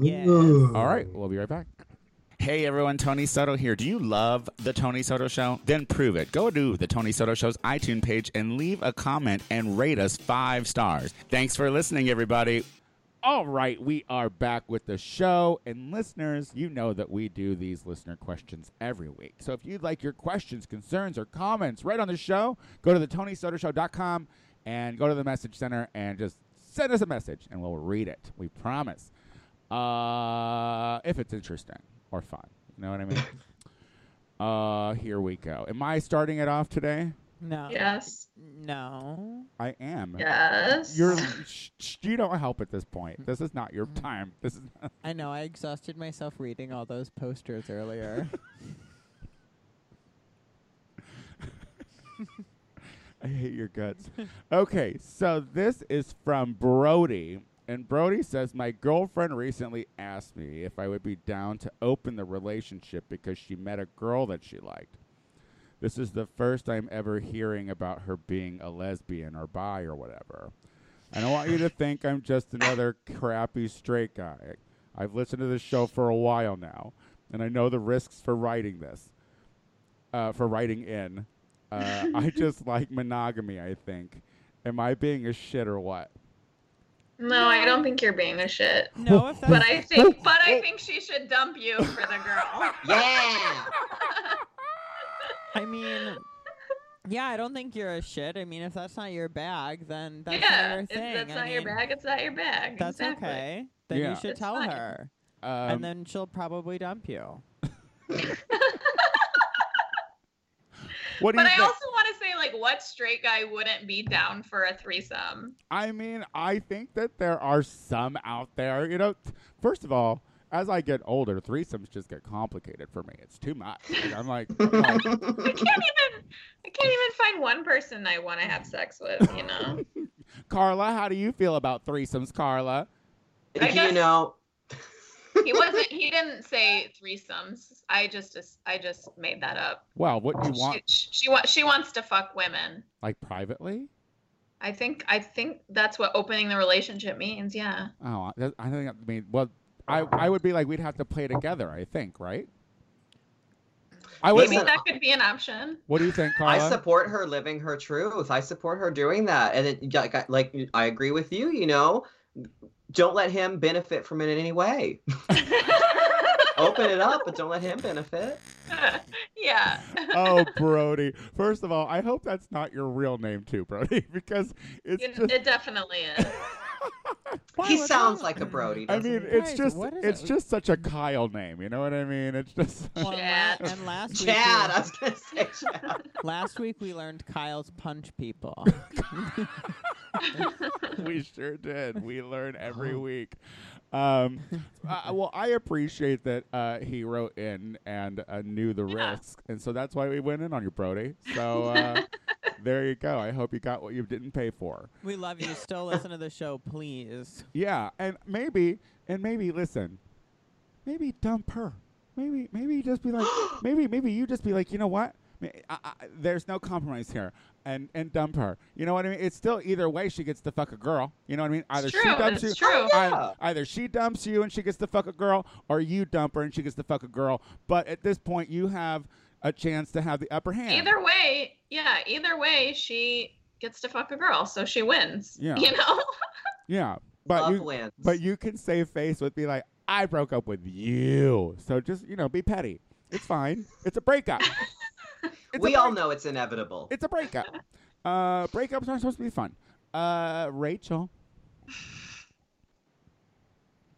B: Yes.
A: All right, we'll be right back. Hey everyone, Tony Soto here. Do you love the Tony Soto Show? Then prove it. Go to the Tony Soto Show's iTunes page and leave a comment and rate us five stars. Thanks for listening, everybody. All right, we are back with the show. And listeners, you know that we do these listener questions every week. So if you'd like your questions, concerns, or comments right on the show, go to the TonySotoShow.com and go to the message center and just send us a message and we'll read it. We promise. Uh, if it's interesting or fun. You know what I mean? uh, here we go. Am I starting it off today?
B: No.
D: Yes.
B: No.
A: I am.
D: Yes.
A: You're, sh- sh- you don't help at this point. This is not your time. This is
B: I know. I exhausted myself reading all those posters earlier.
A: I hate your guts. okay, so this is from Brody. And Brody says, My girlfriend recently asked me if I would be down to open the relationship because she met a girl that she liked. This is the first I'm ever hearing about her being a lesbian or bi or whatever. I don't want you to think I'm just another crappy straight guy. I've listened to this show for a while now, and I know the risks for writing this, uh, for writing in. Uh, I just like monogamy, I think. Am I being a shit or what?
D: No, I don't think you're being a shit.
B: no, if that's
D: But I think, but I think she should dump you for the girl.
C: Yeah.
B: I mean, yeah, I don't think you're a shit. I mean, if that's not your bag, then that's not
D: yeah,
B: your
D: if
B: thing.
D: that's
B: I
D: not your
B: mean,
D: bag. It's not your bag.
B: That's
D: exactly.
B: okay. Then
A: Yeah.
B: you should
D: It's
B: tell
D: fine.
B: her,
A: Um,
B: and then she'll probably dump you.
A: what do
D: But
A: you
D: I
A: think?
D: also want to say, like, what straight guy wouldn't be down for a threesome?
A: I mean, I think that there are some out there. You know, t- first of all, as I get older, threesomes just get complicated for me. It's too much. Like, I'm like, like,
D: I can't even, I can't even find one person I want to have sex with. You know,
A: Carla, how do you feel about threesomes, Carla?
D: I guess-
C: you know,
D: he wasn't. He didn't say threesomes. I just, I just made that up.
A: Well, what do you want?
D: She, she wants, she wants to fuck women.
A: Like privately?
D: I think, I think that's what opening the relationship means. Yeah.
A: Oh, that, I think. I mean, well, I I would be like, we'd have to play together. I think, right? I would.
D: Maybe
C: Listen,
D: that could be an option.
A: What do you think, Carla?
C: I support her living her truth. I support her doing that. And it, like, I- like, I agree with you, you know, don't let him benefit from it in any way. Open it up, but don't let him benefit.
D: yeah.
A: oh, Brody. First of all, I hope that's not your real name too, Brody, because it's
D: It,
A: just.
D: it definitely is.
B: Why,
C: he
B: what's
C: sounds
B: wrong-
C: like a Brody.
A: I
C: Doesn't
A: mean,
C: he?
A: it's
B: Guys,
A: just
B: what is
A: it's
B: it?
A: just such a Kyle name. You know what I mean? It's just.
B: Well,
D: Chad.
B: and la- and last week,
C: Chad.
B: we-
C: I was gonna say Chad.
B: last week we learned Kyle's punch people.
A: we sure did. We learn every week. Um, uh, well, I appreciate that uh, he wrote in and uh, knew the
D: Yeah.
A: risk, and so that's why we went in on you, Brody. So uh, there you go. I hope you got what you didn't pay for.
B: we love you. Still listen to the show, please.
A: Yeah, and maybe, and maybe listen, maybe dump her. Maybe, maybe just be like, maybe, maybe you just be like, you know what? Ma- I, I, there's no compromise here, and and dump her. You know what I mean? It's still either way, she gets to fuck a girl. You know what I mean? Either she
D: true,
A: dumps
D: it's
A: you,
D: true.
A: I-
C: Yeah.
A: either she dumps you and she gets to fuck a girl, or you dump her and she gets to fuck a girl. But at this point, you have a chance to have the upper hand.
D: Either way, yeah, either way, she gets to fuck a girl, so she wins.
A: Yeah.
D: You know?
A: yeah, but
C: Love
A: you,
C: wins.
A: But you can save face with be like, I broke up with you. So just, you know, be petty. It's fine. It's a breakup. It's
C: we
A: a
C: all
A: break-
C: know it's inevitable.
A: It's a breakup. Uh, breakups aren't supposed to be fun. Uh, Rachel.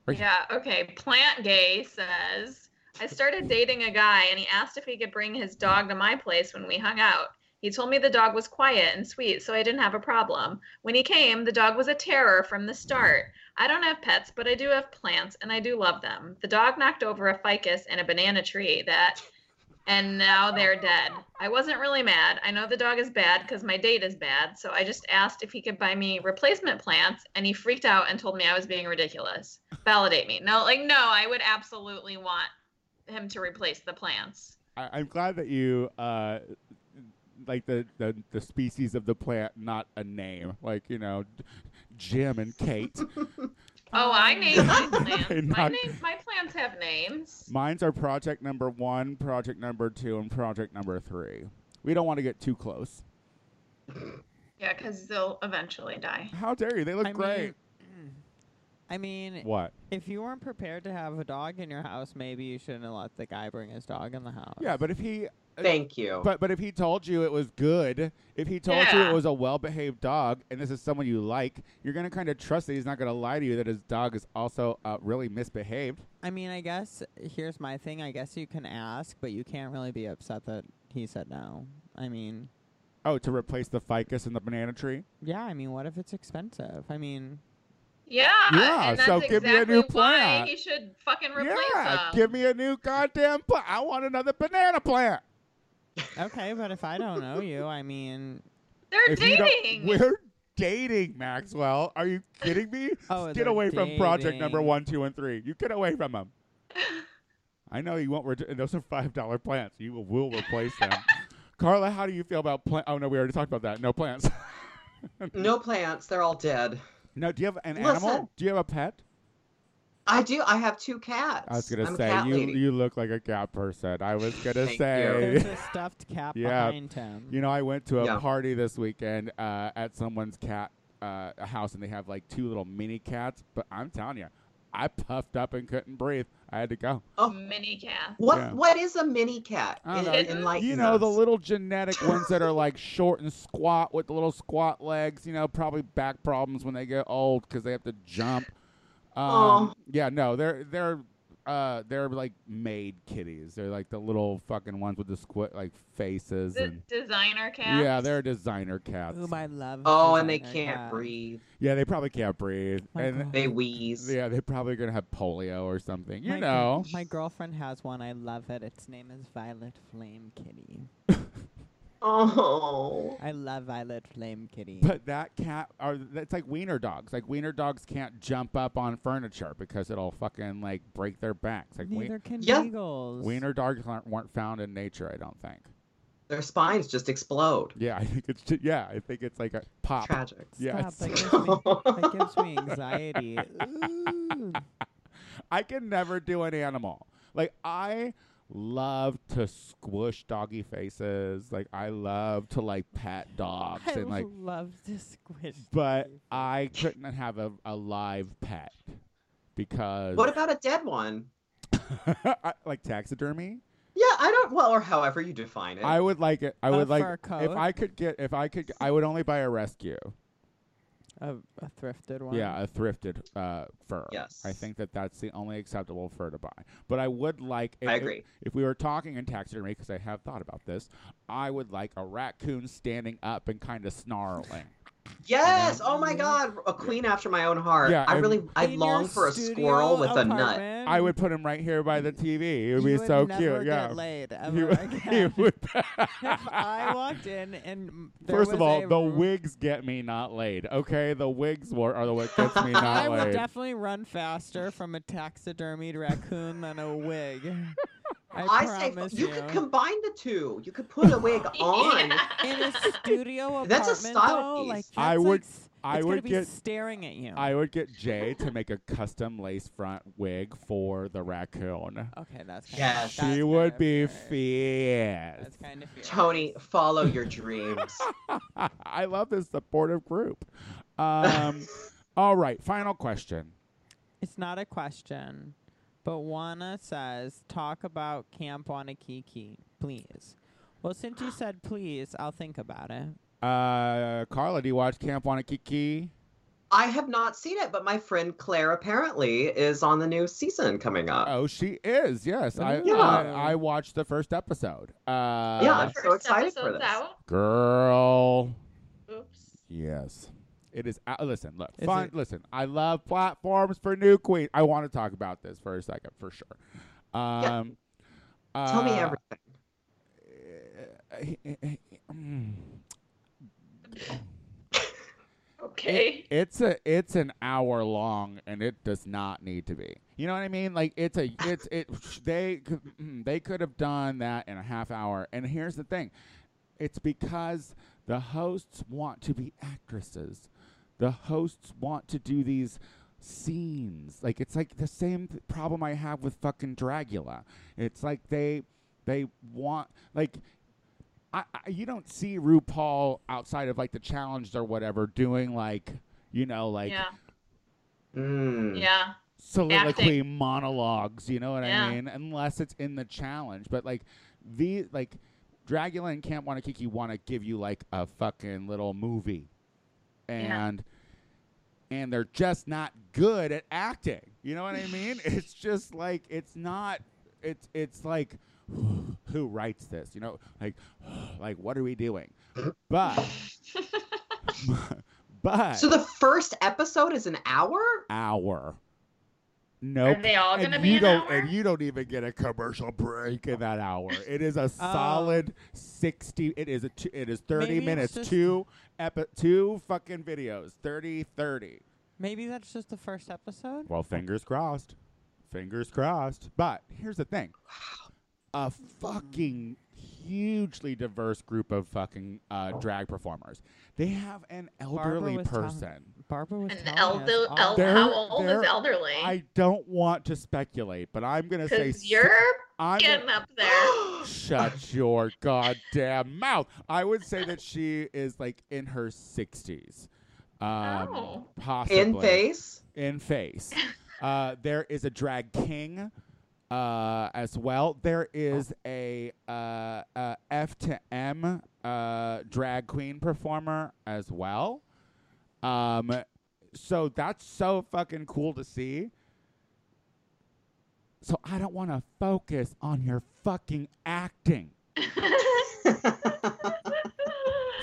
A: Right.
D: Yeah, okay. Plant Gay says I started dating a guy and he asked if he could bring his dog to my place when we hung out. He told me the dog was quiet and sweet, so I didn't have a problem. When he came, the dog was a terror from the start. I don't have pets, but I do have plants and I do love them. The dog knocked over a ficus and a banana tree that and now they're dead. I wasn't really mad. I know the dog is bad because my date is bad, so I just asked if he could buy me replacement plants, and he freaked out and told me I was being ridiculous. Validate me. No, like, no, I would absolutely want him to replace the plants.
A: I- I'm glad that you, uh, like the, the, the species of the plant, not a name. Like, you know, J- Jim and Kate.
D: Oh, I
B: Um,
D: named my plans. My,
A: Not-
D: name, my plans have names.
A: Mine's are project number one, project number two, and project number three. We don't want to get too close.
D: Yeah, because they'll eventually die.
A: How dare you? They look
B: I
A: great.
B: Mean, I mean,
A: what?
B: if you weren't prepared to have a dog in your house, maybe you shouldn't have let the guy bring his dog in the house.
A: Yeah, but if he,
C: Thank you.
A: but but if he told you it was good, if he told you
D: Yeah.
A: it was a well-behaved dog, and this is someone you like, you're gonna kind of trust that he's not gonna lie to you that his dog is also uh, really misbehaved.
B: I mean, I guess here's my thing. I guess you can ask, but you can't really be upset that he said no. I mean,
A: Oh, to replace the ficus in the banana tree?
B: yeah. I mean, what if it's expensive? I mean,
D: Yeah.
A: Yeah,
D: and that's
A: so
D: exactly
A: give me a new
D: why
A: plan.
D: he should fucking replace
A: yeah,
D: them.
A: give me a new goddamn plant. I want another banana plant.
B: okay, but if I don't know you, I mean,
D: They're
A: If you don't-
D: dating.
A: We're dating, Maxwell. Are you kidding me?
B: Oh,
A: get
B: they're
A: away from project number
B: dating.
A: one, two, and three. You get away from them. I know you won't. Re- and those are five dollar plants. You will, will replace them. Carla, how do you feel about plant? Oh no, we already talked about that. No plants.
C: no plants. They're all dead.
A: no. Do you have an
C: Listen.
A: animal? Do you have a pet?
C: I do. I have two cats.
A: I was gonna
C: am a
A: say
C: cat
A: you
C: lady.
A: you look like a cat person. I was gonna
C: Thank
A: say.
B: there's a stuffed cat
A: Yeah.
B: behind him.
A: You know, I went to a
C: Yeah.
A: party this weekend uh, at someone's cat uh, house, and they have like two little mini cats. But I'm telling you, I puffed up and couldn't breathe. I had to go.
D: Mini cat.
C: What
A: Yeah.
C: What is a mini cat?
A: I don't
C: En-
A: know.
C: enlighten
A: you know, the
C: us.
A: little genetic ones that are like short and squat with the little squat legs. You know, probably back problems when they get old because they have to jump. Um,
C: Aw.
A: yeah, no, they're they're uh, they're like made kitties. They're like the little fucking ones with the squat like faces
D: The
A: and.
D: designer cat.
A: Yeah, they're designer cats.
B: Whom I love.
C: Oh, and they
B: designer
C: can't
B: cats.
C: breathe.
A: Yeah, they probably can't breathe.
B: My
A: and
B: God.
C: They wheeze.
A: yeah, they're probably gonna have polio or something. You
B: My
A: know.
B: gir- my girlfriend has one. I love it. Its name is Violet Flame Kitty.
C: Oh.
B: I love Violet Flame Kitty.
A: But that cat are that's like wiener dogs. Like wiener dogs can't jump up on furniture because it'll fucking like break their backs. Like
B: Neither
A: wien-
B: can
C: Yeah.
B: beagles.
A: wiener dogs aren't, weren't found in nature. I don't think.
C: Their spines just explode.
A: Yeah, I think it's ju- yeah. I think it's like a pop.
C: Tragic.
A: Yeah,
B: Stop. That
A: it's-
B: gives me, that gives me anxiety. Ooh.
A: I can never do an animal. Like I love to squish doggy faces. Like I love to like pat dogs
B: I
A: and like
B: love to squish.
A: but
B: teeth.
A: I couldn't have a, a live pet because
C: What about a dead one?
A: I- like taxidermy.
C: Yeah, I don't. Well, or however you define it.
A: I would like it. I
B: Uh, A
A: would like
B: fur
A: if
B: coat.
A: I could get if I could I would only buy a rescue.
B: a, a thrifted one.
A: Yeah, a thrifted uh, fur.
C: Yes.
A: I think that that's the only acceptable fur to buy. But I would like.
C: I
A: if-
C: agree.
A: If we were talking in taxidermy, because I have thought about this, I would like a raccoon standing up and kind of snarling.
C: Yes. Oh my God, a queen after my own heart.
A: Yeah,
C: I
A: and-
C: really, I
B: In your
C: long for a
B: studio
C: squirrel with a nut.
B: apartment,
A: I would put him right here by the TV. It would be
B: you
A: so
B: never
A: cute.
B: Get
A: yeah.
B: Laid
A: He
B: ever
A: would-
B: again.
A: he would-
B: if I walked in and m- there
A: First of
B: was
A: all,
B: a
A: the
B: r-
A: wigs get me not laid. Okay, the wigs were are the what gets me not
B: I would
A: laid.
B: definitely run faster from a taxidermied raccoon than a wig. I,
C: I, say
B: promise
C: you,
B: you.
C: could combine the two. You could put a wig on.
B: in a studio apartment,
C: That's a style
B: though,
C: piece.
B: like
A: I
B: that's
A: would-
B: Like, s-
A: I
B: it's gonna
A: would
B: be
A: get-
B: staring at you.
A: I would get Jay to make a custom lace front wig for the raccoon.
B: okay, that's kind
C: Yes.
B: Of,
A: she
B: that's
A: would
B: kind
A: be
B: of fierce.
A: fierce.
B: That's kind of fierce.
C: Tony, follow your dreams.
A: I love this supportive group. Um, all right, final question.
B: It's not a question, but Juana says, talk about Camp Wanakiki, please. Well, since you said please, I'll think about it.
A: Uh, Carla, do you watch Camp Wanakiki?
C: I have not seen it, but my friend Claire apparently is on the new season coming up.
A: Oh, she is. Yes, I
B: Yeah.
A: I, I watched the first episode. Uh,
C: Yeah, I'm so
D: First
C: excited for
D: episode's
C: this.
D: Out.
A: girl.
D: Oops.
A: Yes. It is. Uh, listen, look.
B: Is
A: fun.
B: it-
A: Listen, I love platforms for new queen. I want to talk about this for a second, for sure. Um,
C: Tell me
A: uh, eh,
C: everything.
A: mm.
D: Okay.
A: It's a. It's an hour long, and it does not need to be. You know what I mean? Like it's a. It's it. They could- mm, they could have done that in a half hour. And here's the thing, it's because the hosts want to be actresses. The hosts want to do these scenes. Like it's like the same th- problem I have with fucking Dracula. It's like they they want like I, I you don't see RuPaul outside of like the challenged or whatever doing like you know like
D: yeah,
C: Mm.
D: yeah,
A: soliloquy monologues. You know what
D: Yeah.
A: I mean? Unless it's in the challenge, but like the like Dracula and Camp Wanakiki want to give you like a fucking little movie,
D: Yeah.
A: and and they're just not good at acting. You know what I mean? it's just like it's not. It's it's like who writes this? You know, like like what are we doing? But but
C: So the first episode is an hour?
A: hour. Nope.
D: Are they all
A: And
D: gonna be
A: you
D: an
A: don't,
D: hour?
A: And you don't even get a commercial break in that hour. It is a
B: Oh.
A: solid sixty. It is a. Two, it is thirty
B: Maybe it's
A: minutes.
B: just-
A: Two epi- Two fucking videos. 30, 30.
B: Maybe that's just the first episode.
A: Well, fingers crossed. Fingers crossed. But here's the thing. A fucking hugely diverse group of fucking uh, drag performers. They have an
B: Oh. Barbara
A: elderly
B: was telling-
A: person.
B: Barbara was
D: and
A: Oh,
B: telling
D: elder,
B: us all-
D: el-
A: They're-
D: how old
A: they're-
D: is elderly?
A: I don't want to speculate, but I'm gonna say
D: Because you're
A: I'm
D: getting up there.
A: shut your goddamn mouth. I would say that she is like in her sixties, um,
D: Oh.
A: possibly
C: in face?
A: In face. Uh, there is a drag king. Uh, as well, there is a uh, uh, F to M uh, drag queen performer as well. Um, so that's so fucking cool to see. So I don't want to focus on your fucking acting.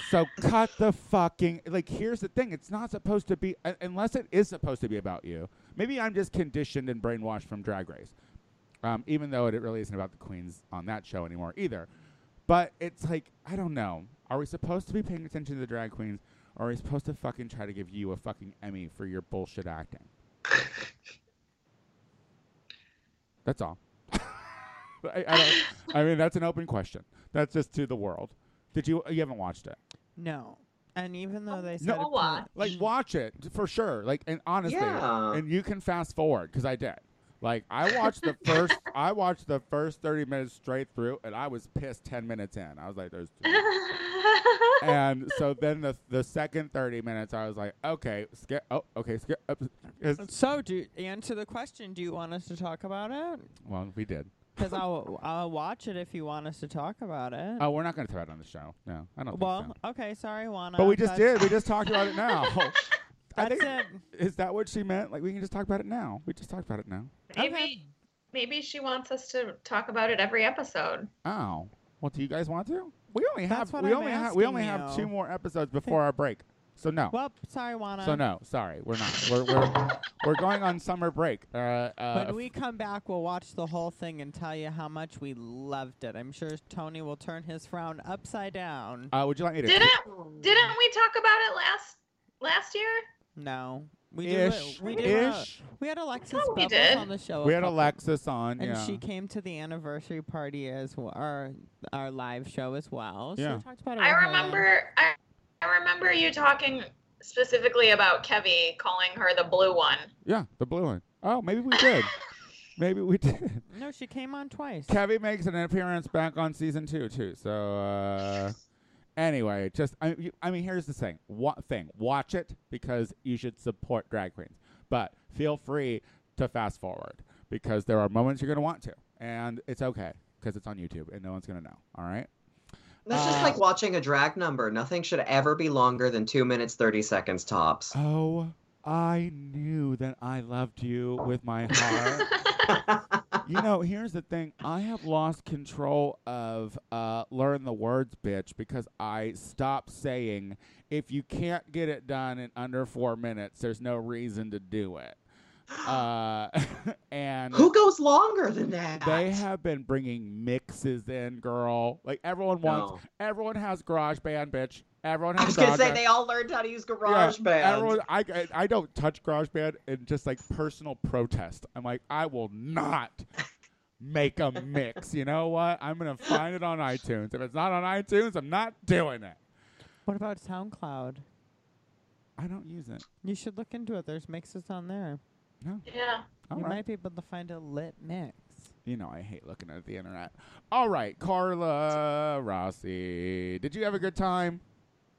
A: So cut the fucking like. Here's the thing: it's not supposed to be un- unless it is supposed to be about you. Maybe I'm just conditioned and brainwashed from Drag Race, um, even though it really isn't about the queens on that show anymore either. But it's like I don't know. Are we supposed to be paying attention to the drag queens, or are we supposed to fucking try to give you a fucking Emmy for your bullshit acting? That's all. I, I, don't, I mean, that's an open question. That's just to the world. Did you? You haven't watched it.
B: No. And even
D: Oh,
B: though they said
A: No.
B: it
D: I'll watch.
B: put-
A: Like watch it for sure. Like and honestly,
C: Yeah.
A: and you can fast forward because I did. Like I watched the first, I watched the first thirty minutes straight through, and I was pissed ten minutes in. I was like, "There's," too much." and so then the the second thirty minutes, I was like, "Okay, skip." Oh, okay, skip. up- it's-
B: So do answer the question. Do you want us to talk about it?
A: Well, we did.
B: Because I'll I'll watch it if you want us to talk about it.
A: Oh, we're not going to talk about it on the show. No, I don't.
B: well,
A: think so.
B: okay, sorry, Juana.
A: but we just
B: that's-
A: did. We just talked about it now. I
B: That's
A: think
B: it.
A: is that what she meant? Like we can just talk about it now. We just talked about it now.
D: maybe,
B: Okay.
D: maybe she wants us to talk about it every episode.
A: Oh. Well, do you guys want to? We only have
B: That's what
A: we
B: I'm
A: only have we only
B: asking
A: have
B: you.
A: two more episodes before our break. So no.
B: Well, uh, sorry, Juana.
A: so no, sorry, we're not. We're we're we're going on summer break. Uh, uh,
B: When we come back, we'll watch the whole thing and tell you how much we loved it. I'm sure Tony will turn his frown upside down.
A: uh, would you like me to?
D: Didn't didn't we talk about it last last year?
B: no, we did.
A: ish
B: We did. uh,
A: ish.
B: we had Alexis
D: thought Oh, we
B: Bubbles
D: did.
B: on the show.
A: We
B: a
A: had
B: couple-
A: Alexis on.
B: And
A: yeah.
B: she came to the anniversary party as well, our our live show as well. So
A: Yeah.
B: we talked about it.
D: I
A: Uh-huh.
B: with her then.
D: remember I, I remember you talking specifically about Kevy calling her the blue one.
A: yeah, the blue one. Oh, maybe we did. maybe we did.
B: No, she came on twice.
A: Kevy makes an appearance back on season two too. So uh, anyway, just I, you- I mean, here's the thing. Wa- thing, watch it because you should support drag queens, but feel free to fast forward because there are moments you're gonna want to, and it's okay because it's on YouTube and no one's gonna know. All right.
C: That's just
A: Uh,
C: like watching a drag number. Nothing should ever be longer than two minutes, 30 seconds tops.
A: Oh, I knew that I loved you with my heart. Uh, you know, here's the thing. I have lost control of uh, learn the words, bitch, because I stopped saying if you can't get it done in under four minutes, there's no reason to do it. Uh, and
C: Who goes longer than that?
A: they have been bringing mixes in, girl. Like everyone wants,
C: No.
A: everyone has Garage Band, bitch. Everyone has
C: I was going to
A: Garage
C: say
A: Band.
C: they all learned how to use GarageBand.
A: I don't- I, I, I don't touch GarageBand in just like personal protest. I'm like, I will not make a mix. You know what? I'm going to find it on iTunes. If it's not on iTunes, I'm not doing it.
B: What about SoundCloud?
A: I don't use it.
B: You should look into it. There's mixes on there.
D: Yeah.
A: All
B: you
A: right.
B: might be able to find a lit mix.
A: You know I hate looking at the internet. All right, Carla Rossi, did you have a good time?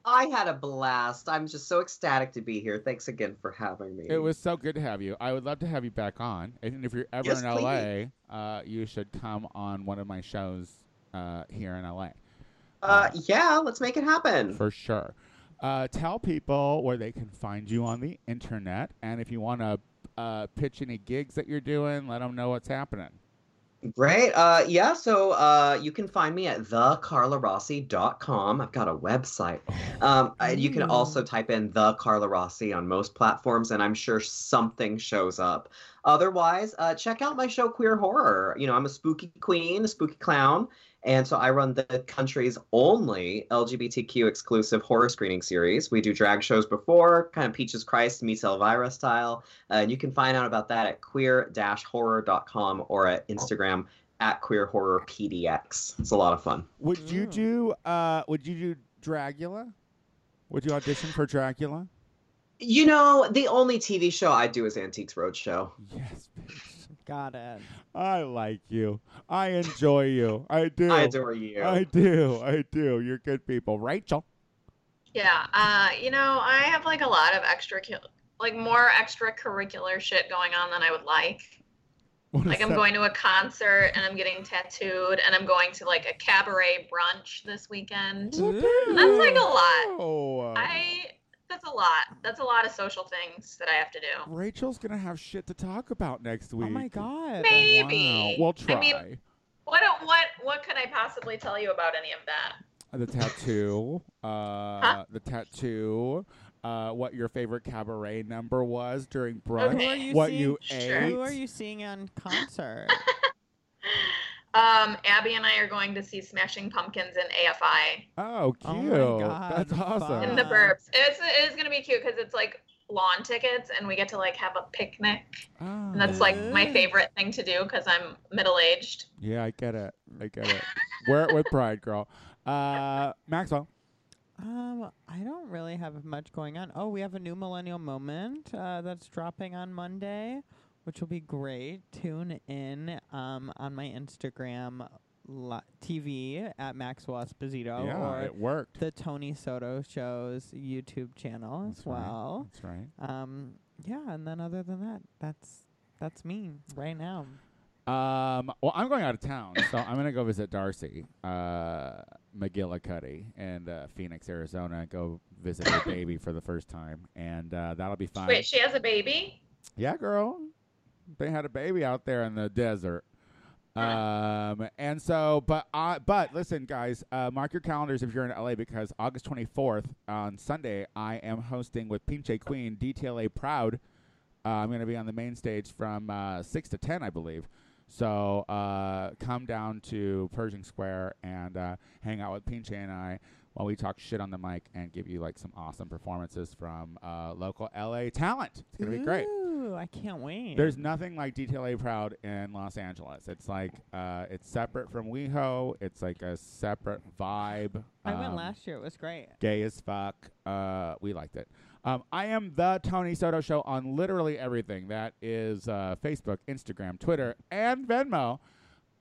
C: I had a blast. I'm just so ecstatic to be here. Thanks again for having me.
A: It was so good to have you. I would love to have you back on. And if you're ever
C: Yes,
A: in LA, uh, you should come on one of my shows uh, here in LA
C: Uh, yeah, let's make it happen.
A: for sure. Uh, tell people where they can find you on the internet, and if you want to uh, pitch any gigs that you're doing, let them know what's happening.
C: Great. Uh, yeah, so uh, you can find me at thecarlarossi.com. I've got a website. Um, I- you can
B: Ooh.
C: also type in the Carla Rossi on most platforms, and I'm sure something shows up. Otherwise, uh, check out my show Queer Horror. You know, I'm a spooky queen, a spooky clown, and so I run the country's only LGBTQ exclusive horror screening series. We do drag shows before, kind of Peaches Christ meets Elvira style. Uh, and you can find out about that at queer-horror.com or at Instagram at queerhorrorpdx. It's a lot of fun.
A: Would you
B: Mm.
A: do? Uh, would you do Dracula? Would you audition for Dracula?
C: You know, the only TV show I do is Antiques Roadshow.
A: Yes, bitch.
B: Got it.
A: I like you. I enjoy you. I do.
C: I adore you.
A: I do. I do. You're good people. Rachel.
D: Yeah. Uh, you know, I have like a lot of extra, like more extracurricular shit going on than I would like.
A: What
D: Like
A: is
D: I'm
A: that?
D: going to a concert and I'm getting tattooed and I'm going to like a cabaret brunch this weekend. That's like a lot.
A: Oh.
D: I that's a lot. That's a lot of social things that I have to do.
A: Rachel's gonna have shit to talk about next week.
B: Oh my god.
D: Maybe.
A: Wow. We'll try.
D: I mean- What what what could I possibly tell you about any of that?
A: the tattoo. Uh,
D: Huh?
A: The tattoo. Uh, what your favorite cabaret number was during brunch?
D: Okay.
B: Who are you
A: What
B: seeing?
A: you
D: Sure.
A: ate?
B: Who are you seeing on concert?
D: Um, Abby and I are going to see Smashing Pumpkins in AFI
A: Oh, cute.
B: Oh my God,
A: That's awesome.
D: in the
B: Ah.
D: Burbs. It's it is gonna be cute because it's like lawn tickets and we get to like have a picnic
A: Ah.
D: and that's like my
B: Ooh.
D: favorite thing to do because I'm middle aged.
A: Yeah, I get it. I get it. Wear it with pride, girl. Uh, Maxwell.
B: um, I don't really have much going on. Oh, we have a new millennial moment uh, that's dropping on Monday, which will be great. Tune in um, on my Instagram li- TV at Maxwell Esposito
A: yeah,
B: or
A: it worked.
B: the Tony Soto Show's YouTube channel as
A: That's right.
B: well.
A: That's right.
B: Um, yeah, and then other than that, that's that's me right now.
A: Um, well, I'm going out of town, so I'm going to go visit Darcy uh, McGillicuddy in uh, Phoenix, Arizona. Go visit her baby for the first time, and uh, that'll be fun.
D: Wait, she has a baby?
A: Yeah, girl. They had a baby out there in the desert. Um and so but I but listen guys, uh mark your calendars if you're in LA because August 24th on Sunday I am hosting with Pinche Queen DTLA Proud. Uh, I'm going to be on the main stage from uh 6 to 10 I believe. So uh come down to Pershing Square and uh hang out with Pinche and I while we talk shit on the mic and give you like some awesome performances from uh local LA talent. It's going to be great.
B: Ooh, I can't wait.
A: There's nothing like DTLA Proud in Los Angeles. It's like uh, it's separate from WeHo. It's like a separate vibe.
B: I went
A: Um,
B: last year. It was great.
A: Gay as fuck. Uh, we liked it. Um, I am the Tony Soto Show on literally everything. That is uh, Facebook, Instagram, Twitter, and Venmo.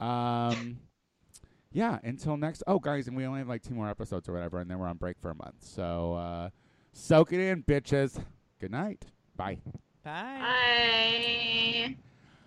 A: Um, yeah. Until next. Oh, guys, and we only have like two more episodes or whatever, and then we're on break for a month. So uh, soak it in, bitches. Good night. Bye.
B: Bye.
D: Bye.